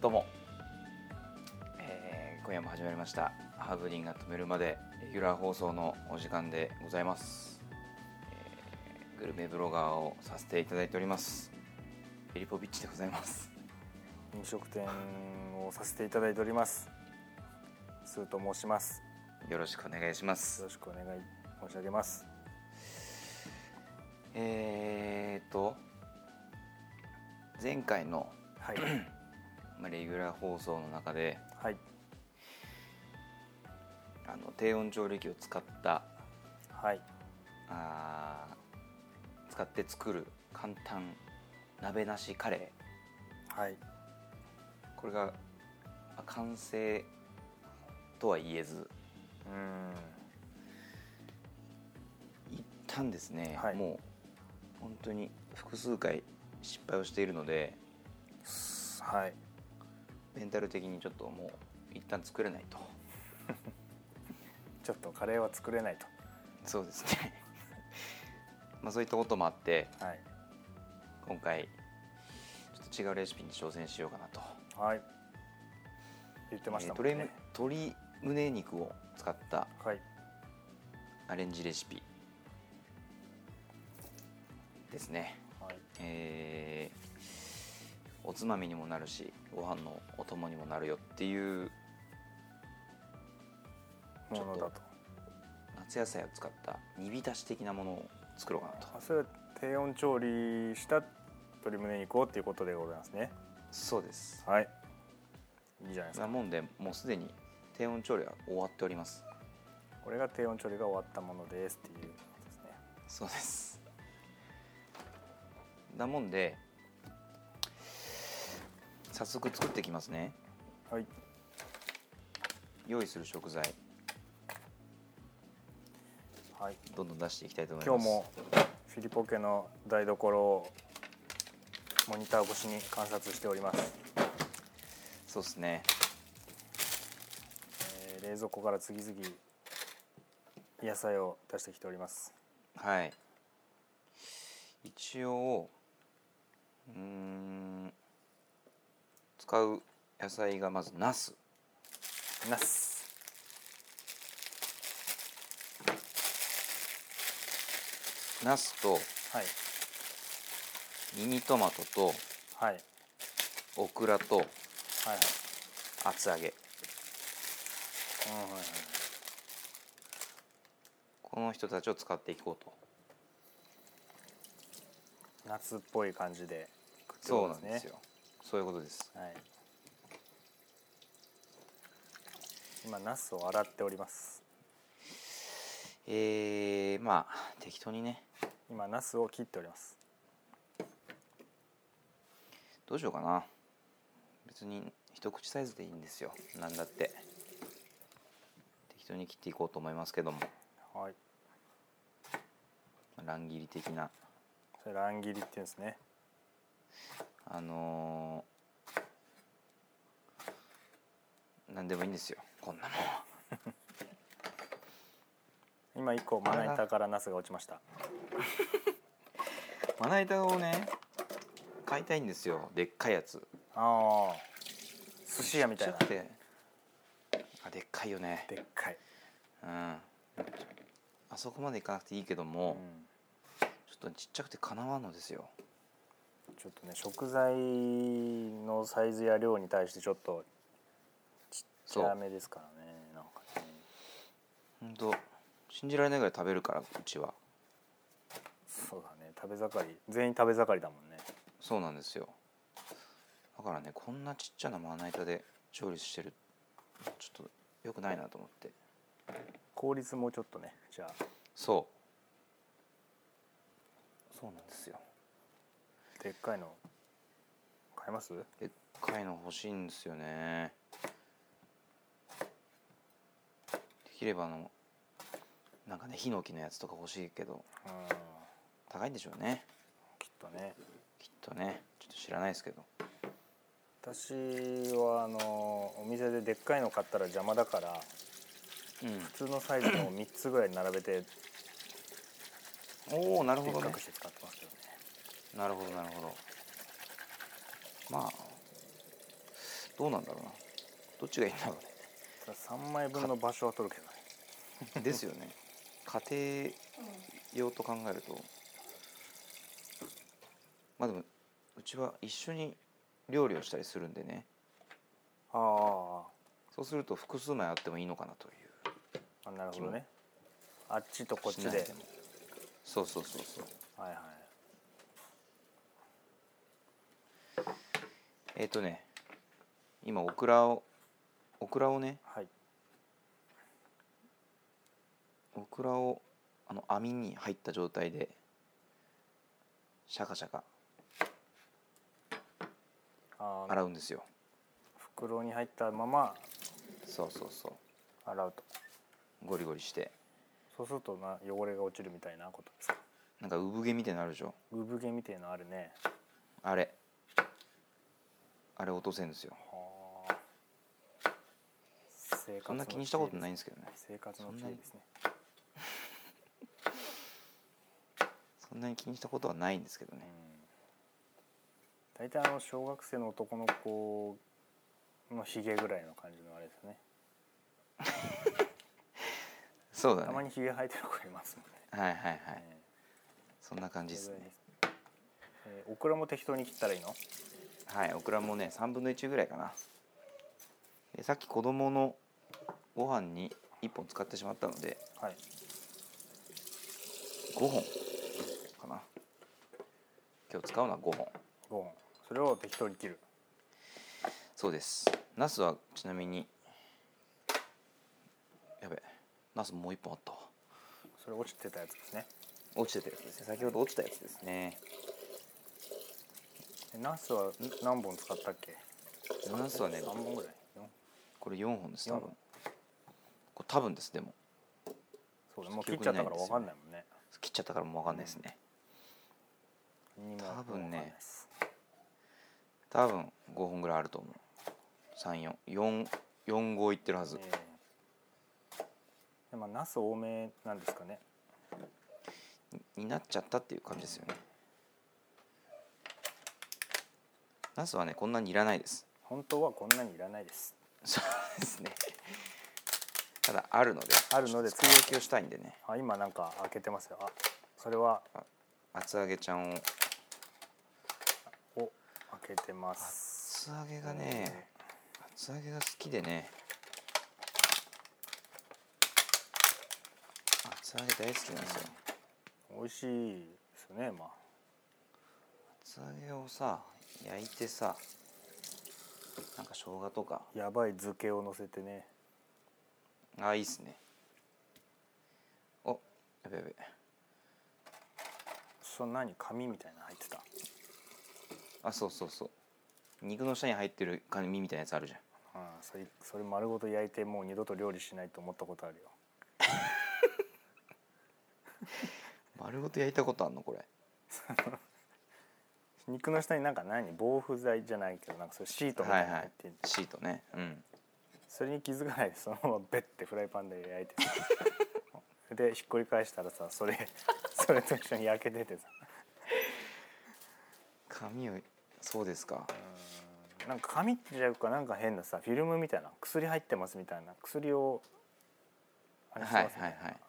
どうも、えー今夜も始まりましたハーブリンが止めるまでレギュラー放送のお時間でございます、えーグルメブロガーをさせていただいておりますエリポビッチでございます飲食店をさせていただいておりますスーと申しますよろしくお願いしまよすろしくお願い申し上げますえーと前回の、はい まあ、レギュラー放送の中ではいあの低温調理器を使ったはいあー使って作る簡単鍋なしカレはーいこれがまあ完成とは言えずうーん一旦ですね、はいもう本当に複数回失敗をしているのですはいメンタル的にちょっともう一旦作れないとちょっとカレーは作れないそうですね まあそういったこともあってとはい今回ちょっと違うレシピに挑戦しようかなと、はい言ってましたもんえーね、鶏む鶏胸肉を使ったはいアレンジレシピですね、はいえーおつまみにもなるしご飯のお供にもなるよっていうちょっとものだと夏野菜を使った煮浸し的なものを作ろうかなとあそれは低温調理した鶏胸肉をっていうことでございますねそうですはいいいじゃないですなかもんでもうすでに低温調理は終わっておりますこれが低温調理が終わったものですっていうことですねそうですなもんで早速作っていきますねはい用意する食材はいどんどん出していきたいと思います今日もフィリポ家の台所をモニター越しに観察しております、そうですねえー冷蔵庫から次々野菜を出してきておりますはい一応うーん使う野菜がまずナスナスナスとはいミニトマトとはいはいオクラとはい厚揚げうんはいはいこの人たちを使っていこうと夏っぽい感じで食ってそうこなとんですよそういうことですはい今ナスを洗っておりますえー、まあ適当にね今ナスを切っておりますどうしようかな別に一口サイズでいいんですよなんだって適当に切っていこうと思いますけどもはいまあ乱切り的なそれ乱切りっていうんですねあのー、何でもいいんですよこんなもんは今一個まな板からナスが落ちましたまな板をね買いたいんですよでっかいやつああ寿司屋みたいなちっちゃくてあでっかいよねでっかい、うんあそこまでいかなくていいけどうも、ん、ちょっとちっちゃくてかなわんのですよちょっとね食材のサイズや量に対してちょっとちっちそうゃめですからねなんかねほんと信じられないぐらい食べるからうちはそうだね食べ盛り全員食べ盛りだもんねそうなんですよだからねこんなちっちゃなまな板で調理してるちょっと良くないなと思って効率もうちょっとねじゃあそうそうなんですよでっかいの買えますでっかいの欲しいんですよねできればあのなんかねヒノキのやつとか欲しいけどうん高いんでしょうねきっとねきっとねちょっと知らないですけど私はあのお店ででっかいの買ったら邪魔だからう普通のサイズのを3つぐらい並べてんおおなるでほどっかねくして使ってますけどねなるほどなるほどまあどうなんだろうなどっちがいいんだろただ3枚分の場所は取るけどねうねですよね家庭用と考えるとまあでもうちは一緒に料理をしたりするんでねあそうすると複数枚あってもいいのかなというあなるほどねあっちとこっちでしないもそうそうそうそうはいはいえっ、とね今オクラをオクラをねはいオクラをあの網に入った状態でシャカシャカあー洗うんですよ袋に入ったままそうそうそ洗うとうゴリゴリしてそうするとな汚れが落ちるみたいなことですかなんか産毛みたいになのあるでしょ産毛みたいのあるねあれあれ落とせんですよはあ生活のそんな気にしたことないん整ですけどね理生活のそん整なに理ですねそんなに気にしたことはないんですけどね大体あの小学生の男の子のひげぐらいの感じのあれですねそうだたねまはいにひげ生えてる子いますもんねはいはいえそんな感えじですねそれぐらいですえーオクラも適当に切ったらいいのはいオクラもね3分の1ぐらいかなでさっき子供のご飯に1本使ってしまったのではい5本かな今日使うのは5本5本それを適当に切るそうですナスはちなみにやべナスもう1本あったわそれ落ちてたやつですね落ちてたやつですね先ほど落ちたやつですねえナスは何本使ったっけナスはね3本ぐらい四これ4本です多四分これ多分ですでもそうねもう切っちゃったから分かんないもんね切っちゃったからもう分かんないですねにも多分ねわかんないです多分5本ぐらいあると思う3445いってるはずええでもナス多めなんですかねになっちゃったっていう感じですよねナスはねこんなにいらないです本当はこんなにいらないですそうですねただあるのであるので作り置きをしたいんでねあ今なんか開けてますよあそれは厚揚げちゃんをお開けてます厚揚げがね厚揚げが好きでね厚揚げ大好きなんですよ美味しいですよねまあ厚揚げをさ焼いてさなんか生姜とかやばい漬けを乗せてねあいいっすねおやべやべそんなに紙みたいなの入ってたあそうそうそう肉の下に入ってる紙みたいなやつあるじゃんうんそれそれ丸ごと焼いてもう二度と料理しないと思ったことあるよ丸ごと焼いたことあんのこれ肉の下になんか何防腐剤じゃないけどなんかそれシートみはたいいなのはい入ってるシートねうんそれに気づかないでそのままベッてフライパンで焼いてさ でひっくり返したらさそれ それと一緒に焼けててさ紙をそうですかうんなんか紙ってじゃなくかなんか変なさフィルムみたいな薬入ってますみたいな薬をあれしてはいますみはたいいはない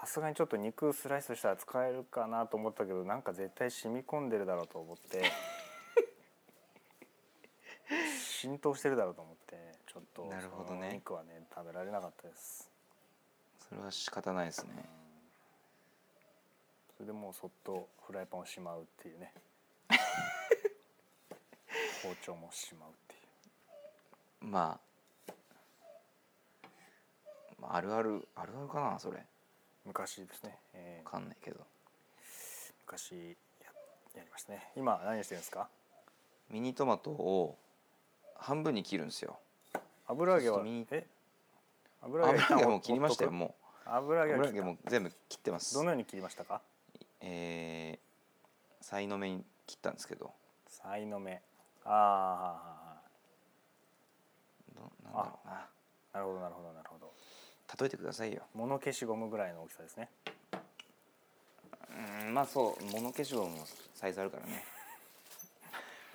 さすがにちょっと肉スライスしたら使えるかなと思ったけどなんか絶対染み込んでるだろうと思って浸透してるだろうと思ってちょっとなるほどねそのお肉はね食べられなかったですそれは仕方ないですねそれでもうそっとフライパンをしまうっ ていうね包丁もしまうっていうまあまああるあるあるあるかなそれ昔ですね、えーわかんないけど昔ややりましたね今何してるんですかミニトマトを半分に切るんですよ油揚げちょっはと見にえ油油揚げ揚げもう切りましたよほっもとく油う揚げは油切揚げったも全部切ってますどのように切りましたかえー、さいの目に切ったんですけどさいの目あどなんだろうなあなるほどなるほどなるほど例えてくださいよ物消しゴムぐらいの大きさですねうんまあそう物消しゴムもサイズあるからね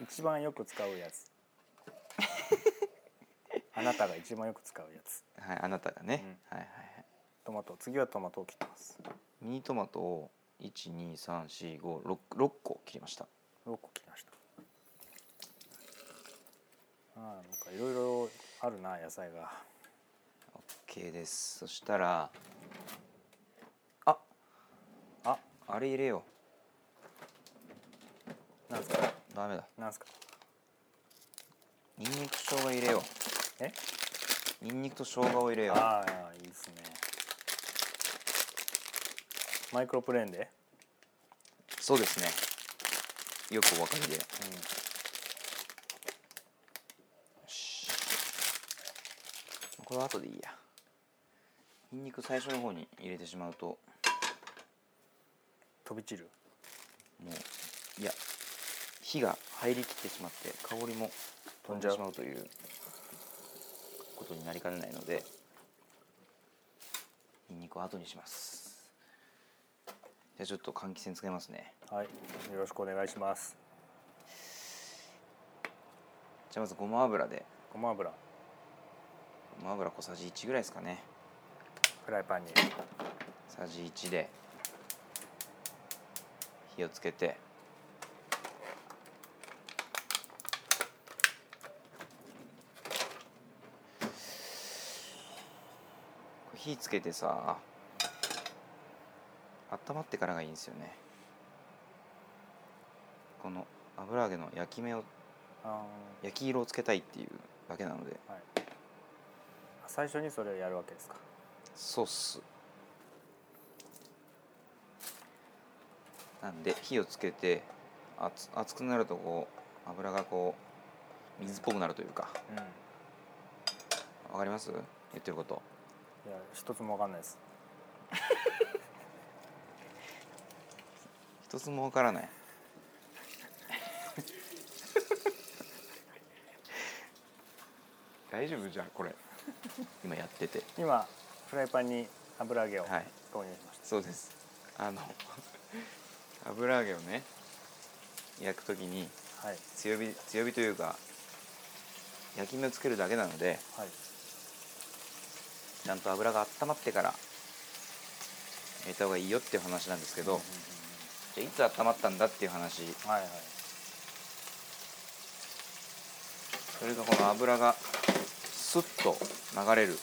一番よく使うやつあなたが一番よく使うやつはいあなたがね、はいはいはいトマト次はトマトを切ってますミニトマトを1234566個切りました6個切りましたあーなんかいろいろあるな野菜が OK ですそしたらあああれ入れよなんすかうダメだなんすかニンニク生姜入れよえうニンニクと生姜を入れようああいいですねマイクロプレーンで、そうですねよくお分かりでよしこれは後でいいやニンニク最初の方に入れてしまうと飛び散るもういや火が入りきってしまって香りも飛んでしまうということになりかねないのでニンニクは後にしますじゃあちょっと換気扇使いますねはいよろしくお願いしますじゃあまずごま油でごま油ごま油小さじ1ぐらいですかねフライパンにさじ1で火をつけてこれ火つけてさ温まってからがいいんですよねこの油揚げの焼き目をあ焼き色をつけたいっていうだけなのでー、はい、最初にそれをやるわけですかソースなんで火をつけて熱熱くなるとこう油がこう水っぽくなるというかうんいやわかります言ってること一つもわかんないです一つもわからない大丈夫じゃんこれ今やってて今フライパンに油揚げをはい投入しましそうですあの油揚げをね焼くときにたはい強火強火というか焼き目をつけるだけなのではいちゃんと油が温まってから焼いた方がいいよっていう話なんですけど、うんじゃあいつ温まったんだっていう話うんはいはいそれがこの油がスッと流れる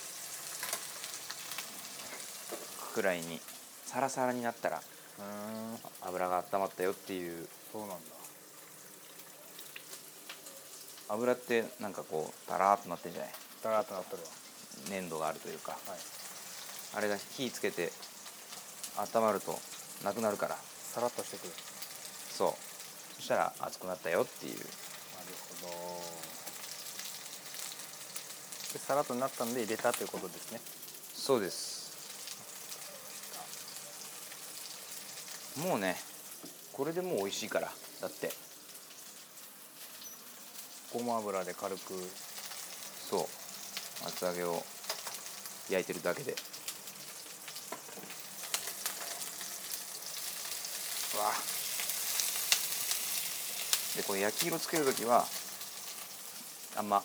くらいにサラサラになったらうーん油が温まったよっていうそうなんだ油ってなんかこうダラーっとなってんじゃないだらっとなっとる粘度があるというかわはいあれが火つけて温まるとなくなるからさらっとしてくるそうそしたら熱くなったよっていうなるほどでさらっとなったんで入れたということですねそうですもうねこれでもう美味しいからだってごま油で軽くそう厚揚げを焼いてるだけでうわでこれ焼き色つける時はあんま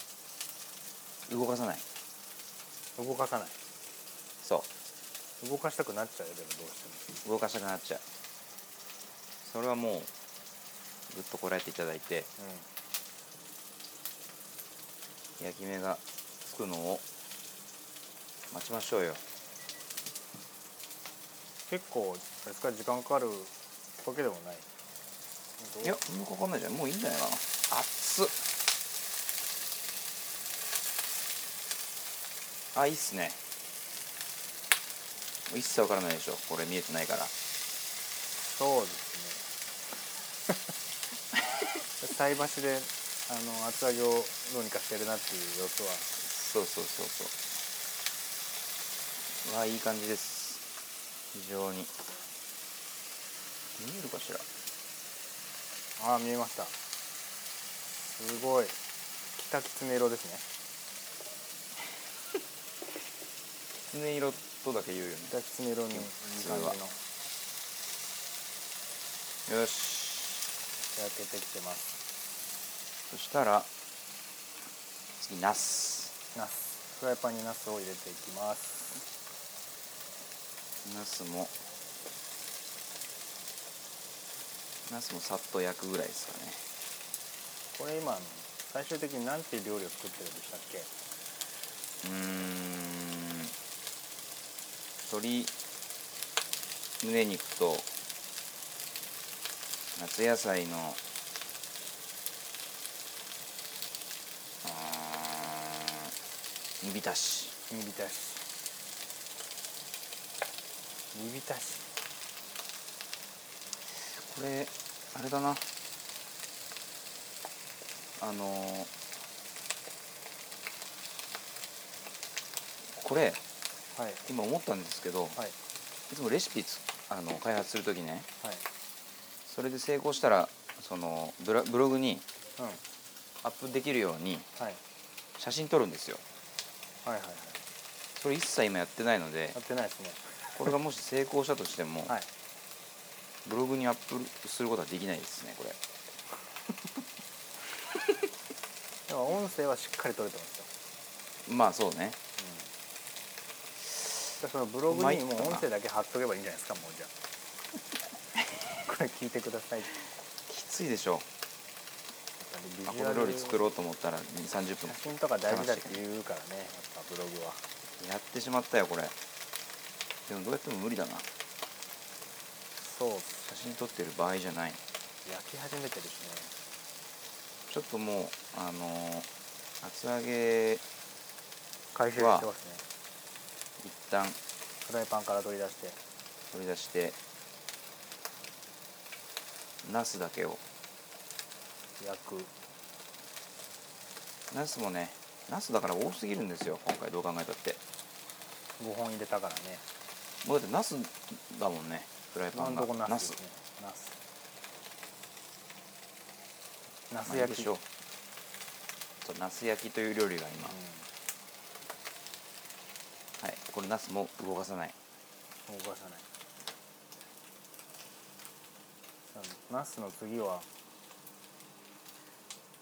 動かさない動かさないそ動かしたくなっちゃうよでもどうしてう動かしたくなっちゃうそれはもうぐっとこらえていただいてもうん焼き目がつくのを待ちましょうよ結構あれですか時間かかるわけでもないいやもうかかんないじゃんもういいんじゃないかな熱っあいいっすねもう一切わからないでしょこれ見えてないからそうですね 菜箸であの厚揚げをどうにかしてるなっていう様子はそうそうそうそううわいい感じです非常に見えるかしらああ見えましたすごいキタキツネ色ですねきつね色とだけ言うよねキタキツネ色にいい感じ普の通はよし焼けてきてますそしたら次ナスナスフライパンにナスを入れていきますナスもナスもさっと焼くぐらいですかねこれ今あの最終的に何ていう料理を作ってるんでしたっけうーん鶏胸肉と夏野菜のあー煮浸し煮浸し煮浸しこれあれだなあのーこれはい今思ったんですけど、はいいつもレシピつあの開発する時ねはいそれで成功したらそのブラブログにうんアップできるようにはい写真撮るんですよはいはいはいそれ一切今やってないのでやってないですねこれがもし成功したとしても、はいブログにアップすることはできないですねこれでも音声はしっかり取れてますよ、まあそうねじゃあそのブログ参にもったうな音声だけ貼っとけばいいんじゃないですかもうじゃ あこれ聞いてくださいってきついでしょやあこっぱりビジュアのル料理作ろうと思ったら2 3 0分写真とか大事だって言うからねやっぱブログはやってしまったよこれでもどうやっても無理だなそうっす写真撮ってる場合じゃない焼き始めてるしねちょっともうあのー厚揚げ一回収してますね旦フライパンから取り出して取り出してナスだけを焼くナスもねナスだから多すぎるんですよ今回どう考えたって5本入れたからねもうだってナスだもんねフライ今パンのがとこなナすスですねナスナまスあいい焼できしょうそうナス焼きという料理が今、うはいこれナスも動かさないん、動かさないうんナスの次は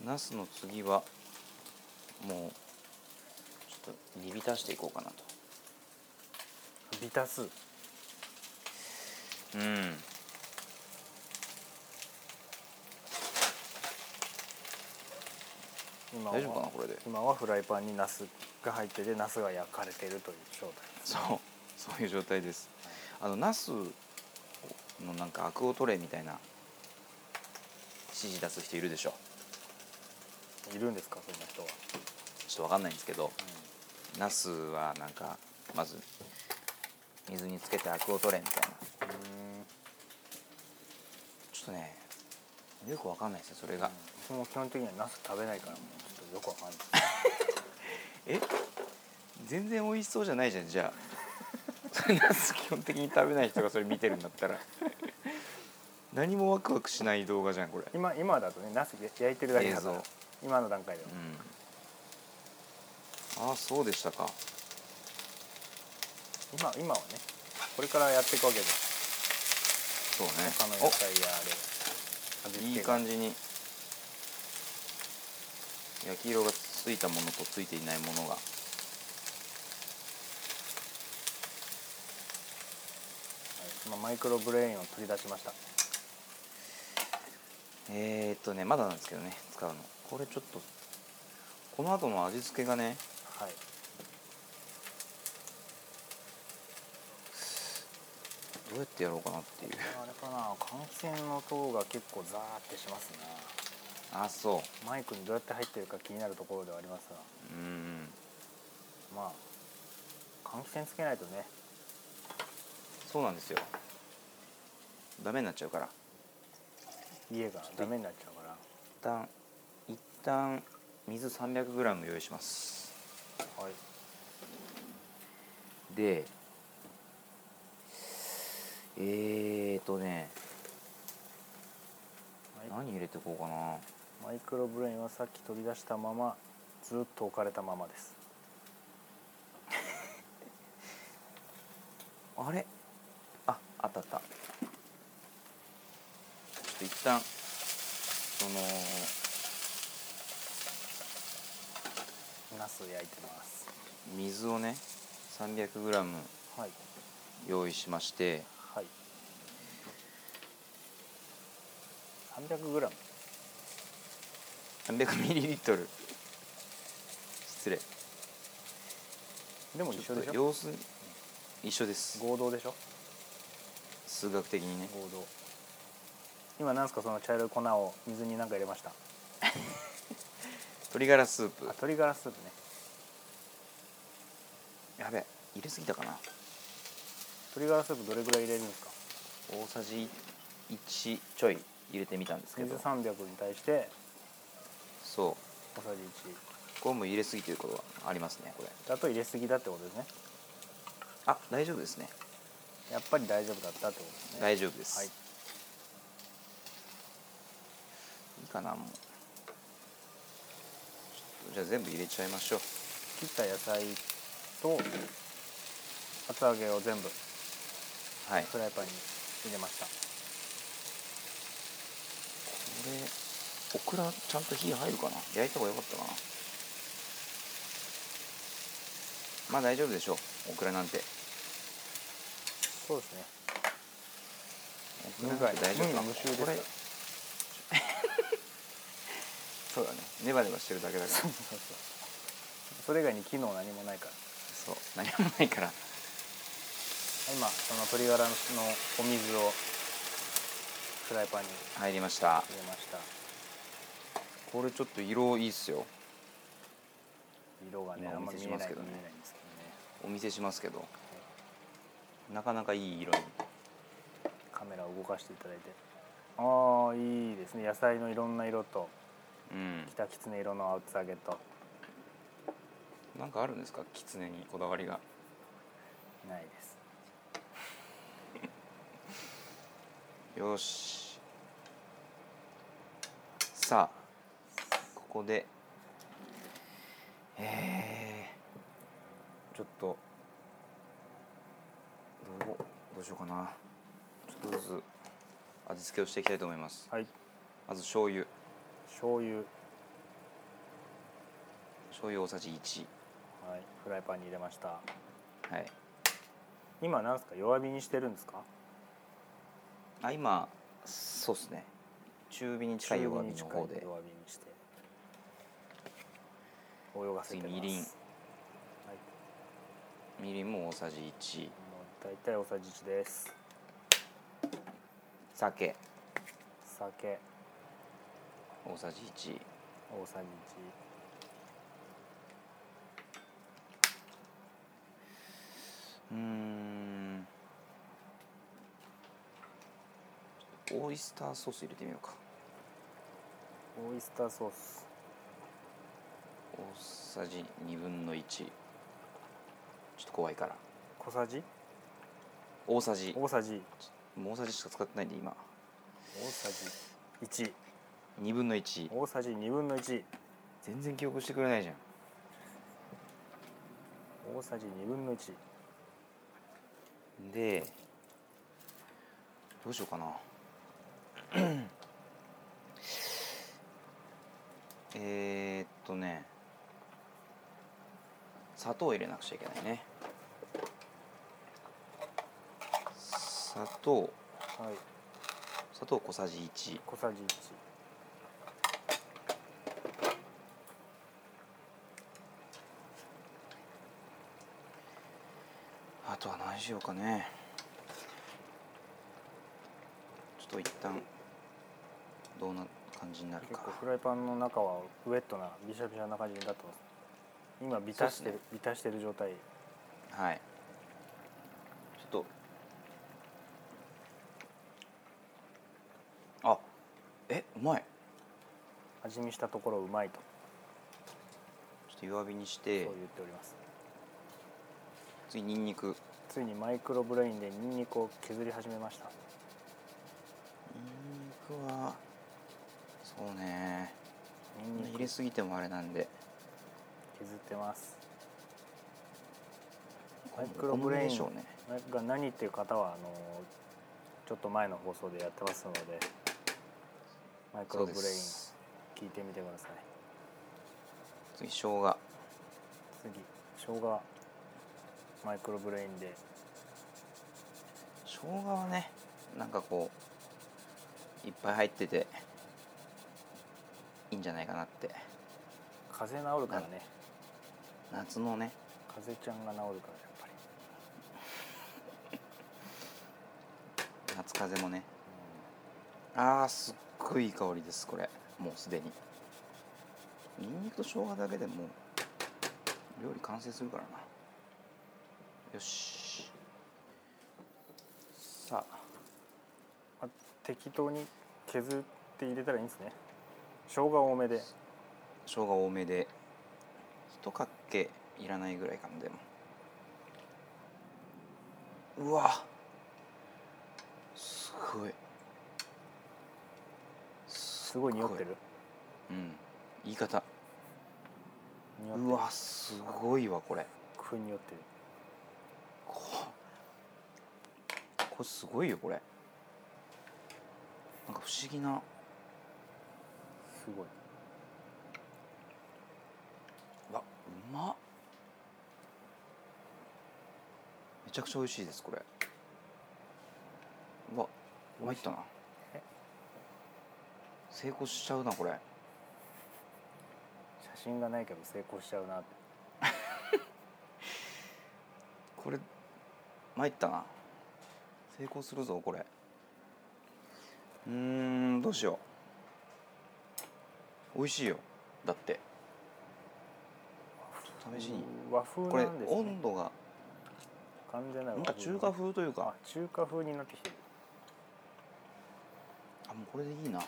ナスの次はもうちょっと煮浸していこうかなとビタスうん今は大丈夫かなこれで今はフライパンにナスが入っててナスが焼かれてるという状態ですそうそういう状態ですあのナスのなんかアクを取れみたいな指示出す人いるでしょいるんですかそんな人は、ちょっとわかんないんですけどナスはなんかまず水につけてアクを取れみたいなうんちょっとねよくわかんないですよそれが、僕も基本的にはナス食べないからもうちょっとよくわかんないえ全然美味しそうじゃないじゃんじゃあそれナス 基本的に食べない人がそれ見てるんだったら何もワクワクしない動画じゃんこれ、今今だとねナス焼いてるだけ映だから像今の段階では、うん、ああそうでしたか今今はねこれからやっていくわけでそうね他の野菜やあれおいいじ感じに焼き色がついたものとついていないものが今マイクロブレインを取り出しましたえー、っとねまだなんですけどね使うのこれちょっとこの後の味付けがねはいどうやってやろうかなっていうあれかな感染の塔が結構ザーってしますねあそマイクにどうやって入ってるか気になるところではありますがううんまあ換気扇つけないとねそうなんですよダメになっちゃうから家がダメになっちゃうから一旦一旦水 300g 用意しますはいでえー、とねマイ何入れてこうかなマイクロブレインはさっき取り出したままずっと置かれたままですあれああったあったちょっと一旦そのナス焼いてます水をね 300g はい用意しましてはい 300g 300ml 失礼でも一緒でちょっしとょ様子一緒です合同でしょ数学的にね合同今なんすかその茶色い粉を水に何か入れましたあ鶏ガラスープ鶏ガラスープねやべ入れすぎたかな鶏ガラスープどれぐらい入れるんですか大さじ1ちょい入れてみたんですけ水ど300に対してそ小さじうこれも入れすぎてることはありますねこれ1だと入れすぎだってことですねあ大丈夫ですねやっぱり大丈夫だったってことですね大丈夫です、はいい、いかなもうちょっとじゃあ全部入れちゃいましょう切った野菜と厚揚げを全部はいフライパンに入れましたこれオクラちゃんと火入るかな焼いた方が良かったかなまあ大丈夫でしょうオクラなんてそうですねオクラなんて大丈夫か無害無も無臭ですこかられ そうだねネバネバしてるだけだからそうそうそれ以外に機能何もないからそう何もないから今その鶏ガラのお水をフライパンに入りました入れましたこれちょっと色いいっすよ色がね今あおんま見りせ見しまえなすけいどね見えないんですけどねお見せしますけどなかなかいい色にカメラを動かしていただいてああいいですね野菜のいろんな色とうん北きつね色の厚揚げとなんかあるんですかキツネにこだわりがないですよしさあここでえー、ちょっとどうどうしようかなちょっとずつ味付けをしていきたいと思いますはいまず醤油醤油はい醤油大さじ1フライパンに入れましたはい今なんですか弱火にしてるんですかあ今そうですね中火に近い弱火の方中火に近でい弱火にして泳がせてます次みりんはいみりんも大さじ1もう大体大さじ1です酒酒大さじ1大さじうーんオイスターソース入れてみようか1オイスターソース大さじ2分の1ちょっと怖いから小さじ大さじも大さじう大さじしか使ってないんで今大さじ1 2分の1大さじ2分の1全然記憶してくれないじゃん大さじ2分の1でどうしようかな えーっとね砂糖を入れなくちゃいけないね砂糖はい砂糖小さじ1小さじあとは何しようかねちょっと一旦どうな感じになる1結か構フライパンの中はウェットなビシャビシャな感じになってます今ビタしてる、そうっビタしてる状態はいちょっとあえうまい味見したところうまいとちょっと弱火にしそうて言っております次にんにくついにマイクロブレインでニンニクを削り始めましたにんにくはそうねニンニ入クれ削すぎてもあれなんでってますこマれイクロブレインお好みでしょうねが何っていう方はあのちょっと前の放送でやってますのでマイクそロうブでレインす聞いてみてください次生姜次生姜マイクロブレインで生姜はねなんかこういっぱい入ってていいんじゃないかなって風邪治るからね夏のね風邪ちゃんが治るからやっぱり夏風邪もねあーすっごいいい香りですこれもうすでにニンニクと生姜だけでもう料理完成するからなよしさあうんあ適当に削って入れたらいいんですね生姜多めで生姜多めで一かけいらないぐらいかなでもうわすごいすごい匂ってるうん言い方匂ってるうわすごいわこれ食い匂ってるここれすごいよこれなんか不思議なすごいうわうまっめちゃくちゃ美味しいですこれうわ参ったなえ成功しちゃうなこれ写真がないけど成功しちゃうなってこれ参ったな成功するぞこれうーんどうしよう美味しいよだって試しに和風これなんですね温度が完全ななるんか中華風というかあ中華風になってきてるあもうこれでいいな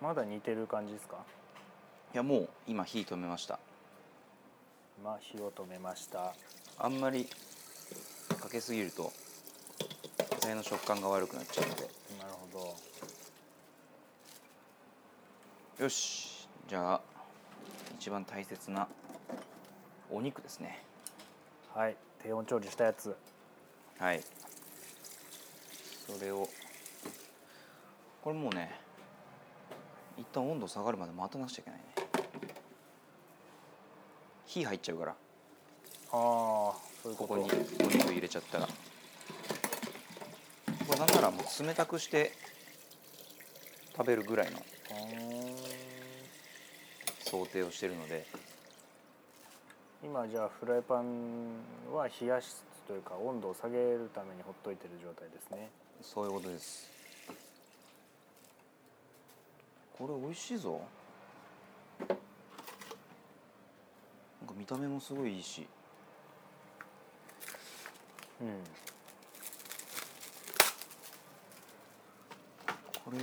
まだ似てる感じですかいやもう今火止めました今火を止めましたあんまりかけすぎると野菜の食感が悪くなっちゃうのでなるほどよしじゃあ一番大切なお肉ですねはい低温調理したやつはいそれをこれもうね一旦温度下がるまで待たなくちゃいけないね火入っちゃうからああそういうこことこにお肉入れちゃったらこれなんならもう冷たくして食べるぐらいのあー想定をしてるので今じゃあフライパンは冷やしというか温度を下げるためにほっといてる状態ですねそういうことですこれ美味しいぞなんか見た目もすごいいいしうんこれこれ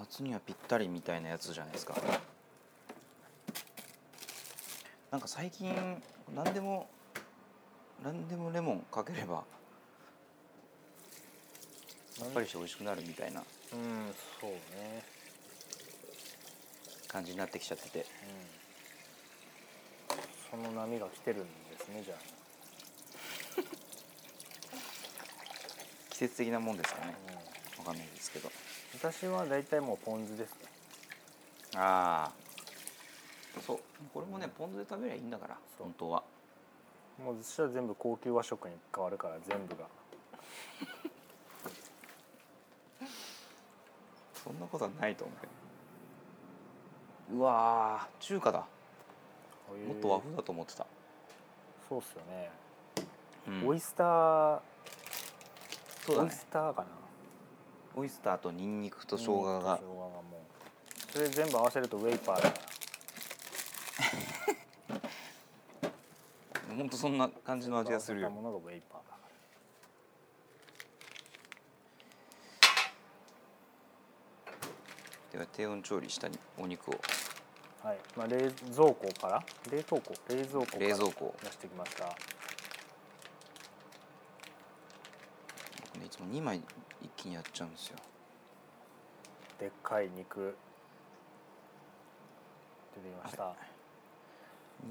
夏にはぴったりみたいなやつじゃないですかなんか最近何でも何でもレモンかければさっぱりして美味しくなるみたいなうんそうね感じになってきちゃっててうんその波が来てるんですねじゃあ季節的なもんですかねわかんないですけど私は大体もうポン酢ですねああそうこれもねポン酢で食べりゃいいんだから本当はもうそしたら全部高級和食に変わるから全部がそんなことはないと思ううわー中華だもっと和風だと思ってた、そうっすよね、うんオイスター、そうだオイねスターかなオイスターとニンニクと生姜が生姜がもうそれ全部合わせるとウェイパーだからほんとそんな感じの味がするよ合わせたものがウェイパーだかでは低温調理したお肉をらはい、まあ、冷蔵庫から冷凍庫冷蔵庫から冷蔵庫出してきました僕ねいつも2枚一気にやっちゃうんですよでっかい肉出てきました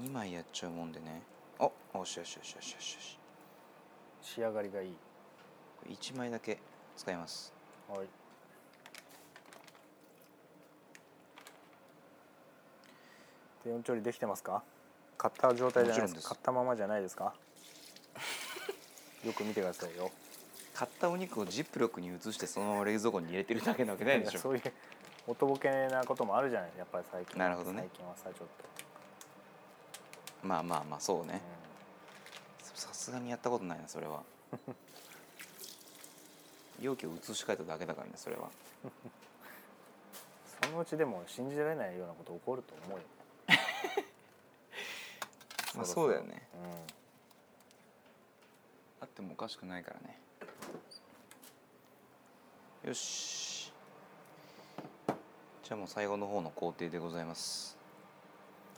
2枚やっちゃうもんでねあよしよしよしよしよしよし仕上がりがいいこれ1枚だけ使いますはい低温調理できてますか買った状態じゃないもちろですんですか買ったままじゃないですかよく見てくださいよ買ったお肉をジップロックに移してそのまま冷蔵庫に入れてるだけなわけないでしそょういう音ぼけなこともあるじゃないやっぱり最近なるほどね最近はさちょっまあまあまあそうと、ねさすがにやったことないなそれ は容器を移し替えただけだからねそれはうんそのうちでも信じられないようなこと起こると思うよまあろろそうだよねうんあってもおかしくないからねよしじゃあもう最後の方の工程でございます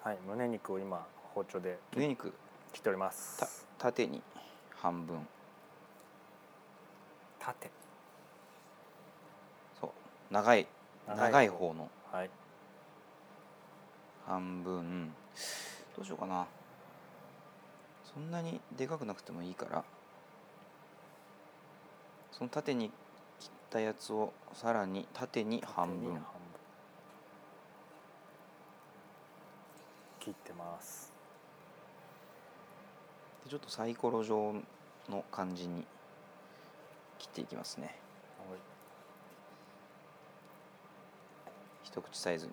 はい、胸肉を今包丁で胸肉切っておりまたす。縦に半分縦。そう長い長い長い方のはい。半分どうしようかなそんなにでかくなくてもいいからその縦に切ったやつをさらに縦に半手に分切ってます。でちょっとサイコロ状の感じに切っていきますねはい一口サイズに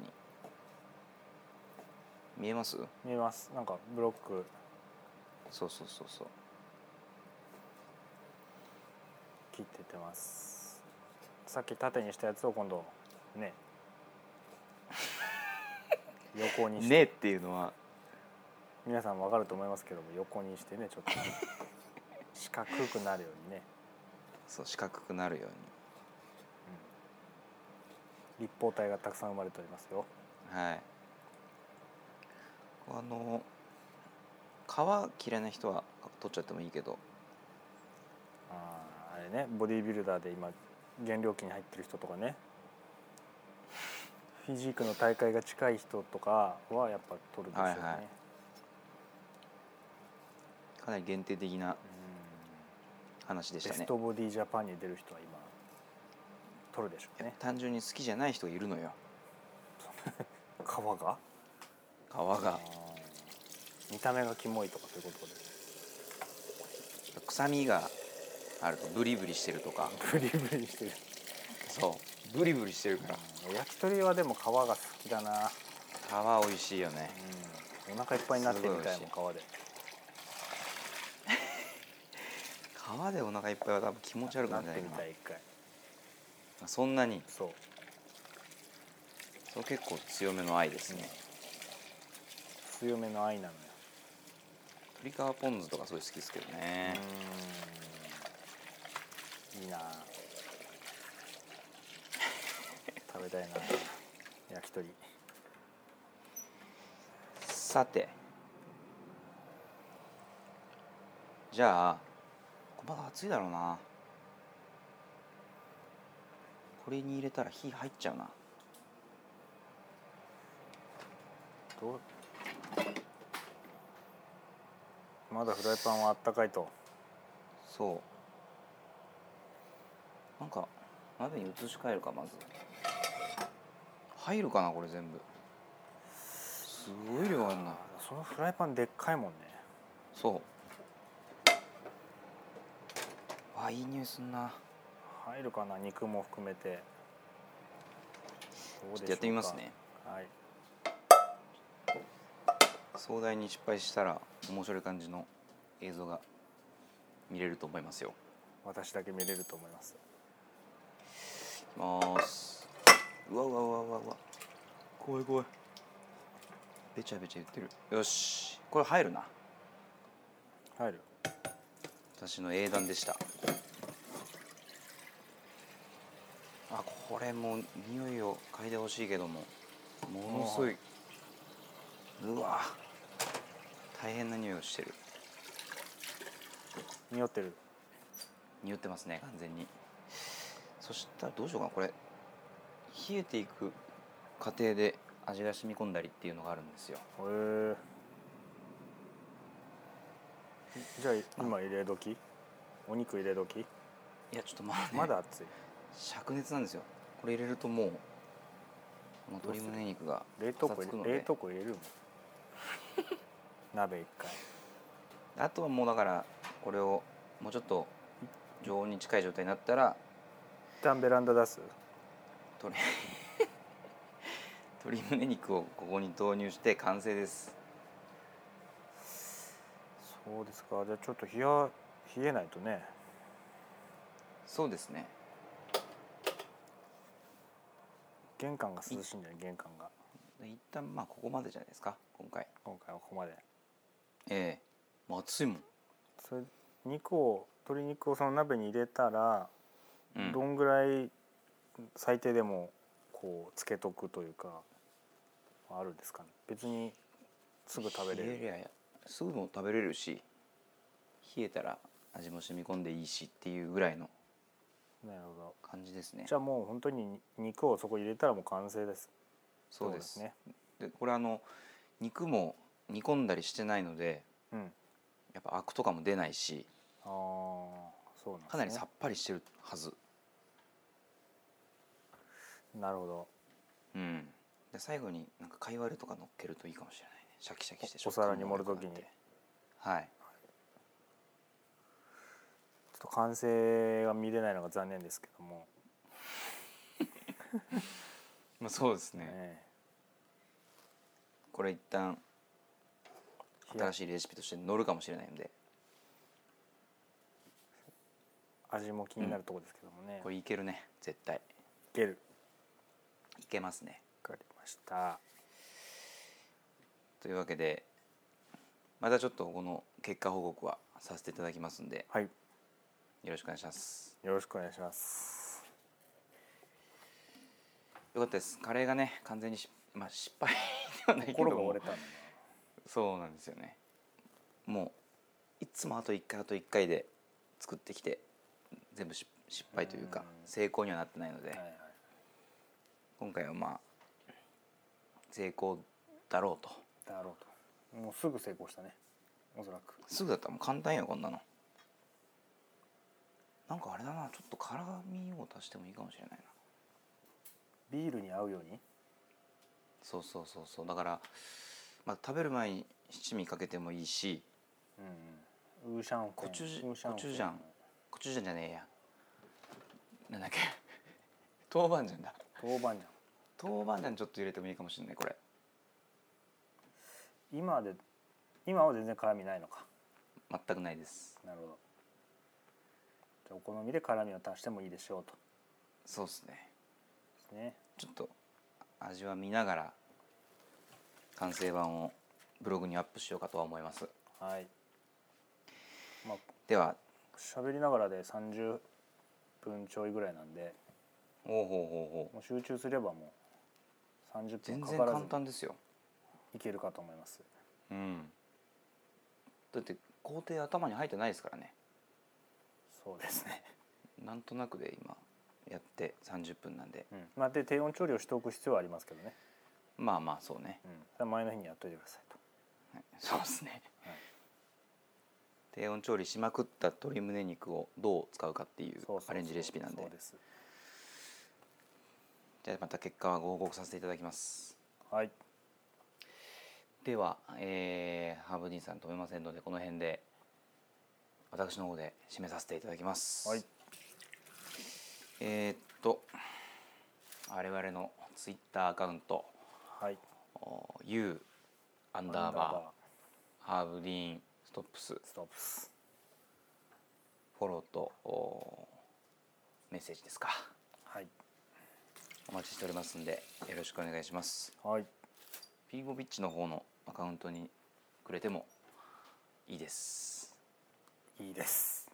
見えます見えます。なんかブロックそうそうそうそう切ってってます。さっき縦にしたやつを今度 ね。横にして、ねえっていうのは皆さんわかると思いますけども横にしてねちょっと四角くなるようにね、そう四角くなるようん、立方体がたくさん生まれておりますよ。うにはいあの皮嫌いな人は取っちゃってもいいけどあーあれねボディービルダーで今減量期に入ってる人とかねフィジークの大会が近い人とかはやっぱ取るんですよね、はいはいかなり限定的な話でうんしベたスねトボディジャパンに出る人は今取るでしょうね単純に好きじゃない人がいるのよ皮が皮があー見た目がキモいとかそういうことです臭みがあるとブリブリしてるとかブリブリしてるそうブリブリしてるからうん焼き鳥はでも皮が好きだな、皮美味しいよねうん、お腹いっぱいになってみすごいたい美味しいもん皮で皮でお腹いっぱいは多分気持ち悪くななっるんじゃなていみかたい一回なそんなにそうそう結構強めの愛ですね強めの愛なのよ鶏皮ポン酢とかそういう好きですけどねうーん いいなあ食べたいなあ焼き鳥さてじゃあこれまだ熱いだろうなこれに入れたら火入っちゃうなどうまだフライパンはあったかいとそうなんか鍋に移し替えるかまず入るかなこれ全部すごい量あるなそのフライパンでっかいもんねそうわいい匂いすんな入るかな肉も含めてどうでしちょょうかっとやってみますねはい壮大に失敗したら面白い感じの映像が見れると思いますよ私だけ見れると思いますいきますうわうわうわうわうわ怖い怖いべちゃべちゃ言ってるよしこれ入るな入る私の英断でしたあこれも匂いを嗅いでほしいけどもものすごいうわ大変な匂いをしてる匂ってる匂ってますね完全にそしたらどうしようかなこれ冷えていく過程で味が染み込んだりっていうのがあるんですよへえじゃあ今入れ時お肉入れ時いやちょっとまだ、ね、まだ熱い灼熱なんですよこれ入れるともうこの鶏胸肉が冷凍庫パサつく入のれで冷凍庫入れるもん鍋一回あとはもうだからこれをもうちょっと常温に近い状態になったら一旦ベランダ出す鶏鶏胸肉をここに投入して完成ですそうですかじゃあちょっと冷や冷えないとねそうですね玄関が涼しいんじゃない玄関が一旦まあここまでじゃないですか今回今回はここまでええもう暑いもん、それ肉を鶏肉をその鍋に入れたら、うんどんぐらい最低でもこうつけとくというかあるんですかね別にすぐ食べれ冷るえりゃすぐも食べれるし冷えたら味も染み込んでいいしっていうぐらいのなるほど感じですねじゃあもう本当に肉をそこに入れたらもう完成ですそうですねでこれあの肉も煮込んだりしてないのでうんやっぱアクとかも出ないしああそうなんです、ね、かなりさっぱりしてるはず、なるほどうん、で最後になんか貝割れとか乗っけるといいかもしれないねシャキシャキしておお皿に盛ると時にちょっはいと完成が見れないのが残念ですけども、まあそうですねねこれ一旦冷や新しいレシピとして乗るかもしれないので味も気になるところですけどもね、これいけるね絶対いけるいけますねわかりましたというわけでまたちょっとこの結果報告はさせていただきますんではいよろしくお願いしますよろしくお願いしますよかったですカレーがね完全にし、まあ、失敗ではないけど心がも折れたそうなんですよねもういつもあと1回あと1回で作ってきて全部し失敗というかうん成功にはなってないので、はいはい今回はまあ成功だろうとだろうともうすぐ成功したねおそらくすぐだったらもう簡単やこんなのなんかあれだなちょっと辛みを足してもいいかもしれないなビールに合うようにそうそうそうそうだから、まあ、食べる前に七味かけてもいいしうん、うん、ウーシャンフェンコチュジウーシャンコフェチュジャンコチュジャンじゃねえやなんだっけ豆板醤だ豆板醤豆板醤ちょっと入れてもいいかもしれないこれ今で今は全然辛みないのか全くないですなるほどじゃあお好みで辛みを足してもいいでしょうとそうっすねですねちょっと味は見ながら完成版をブログにアップしようかとは思いますはいまあでは喋りながらで30分ちょいぐらいなんでおうほうほうほうもう集中すればもう30分全か然から簡ず単ですよいけるかと思いますうんだって工程頭に入ってないですからねそうですね、なんとなくで今やって30分なんでうん、まあで低温調理をしておく必要はありますけどね、まあまあそうね、 うん、それは前の日にやっといてくださいとはいそうですね、はい低温調理しまくった鶏胸肉をどう使うかっていうそうそうそうアレンジレシピなんでそうですじゃあまた結果はご報告させていただきますはいでは、えーハーブディーンさんと思いませんのでこの辺で私の方で締めさせていただきます、はいえーっと我々のツイッターアカウントはいお U アンダーバーハーブディーンストップスストップスフォローとおメッセージですかはいお待ちしておりますんでよろしくお願いしますはいピーボビッチの方のアカウントにくれてもいいですいいです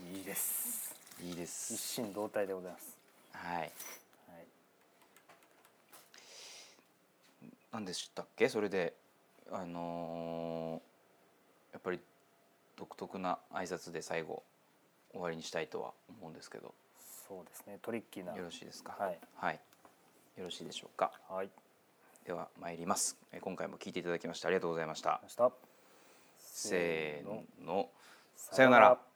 いいですいいで一す心同体でございますはいはい何でしたっけそれであのーやっぱり独特な挨拶で最後終わりにしたいとは思うんですけどそうですねトリッキーなよろしいですかはい、はい、よろしいでしょうかはいでは参りますえー今回も聞いていただきましてありがとうございました明日せーのさようなら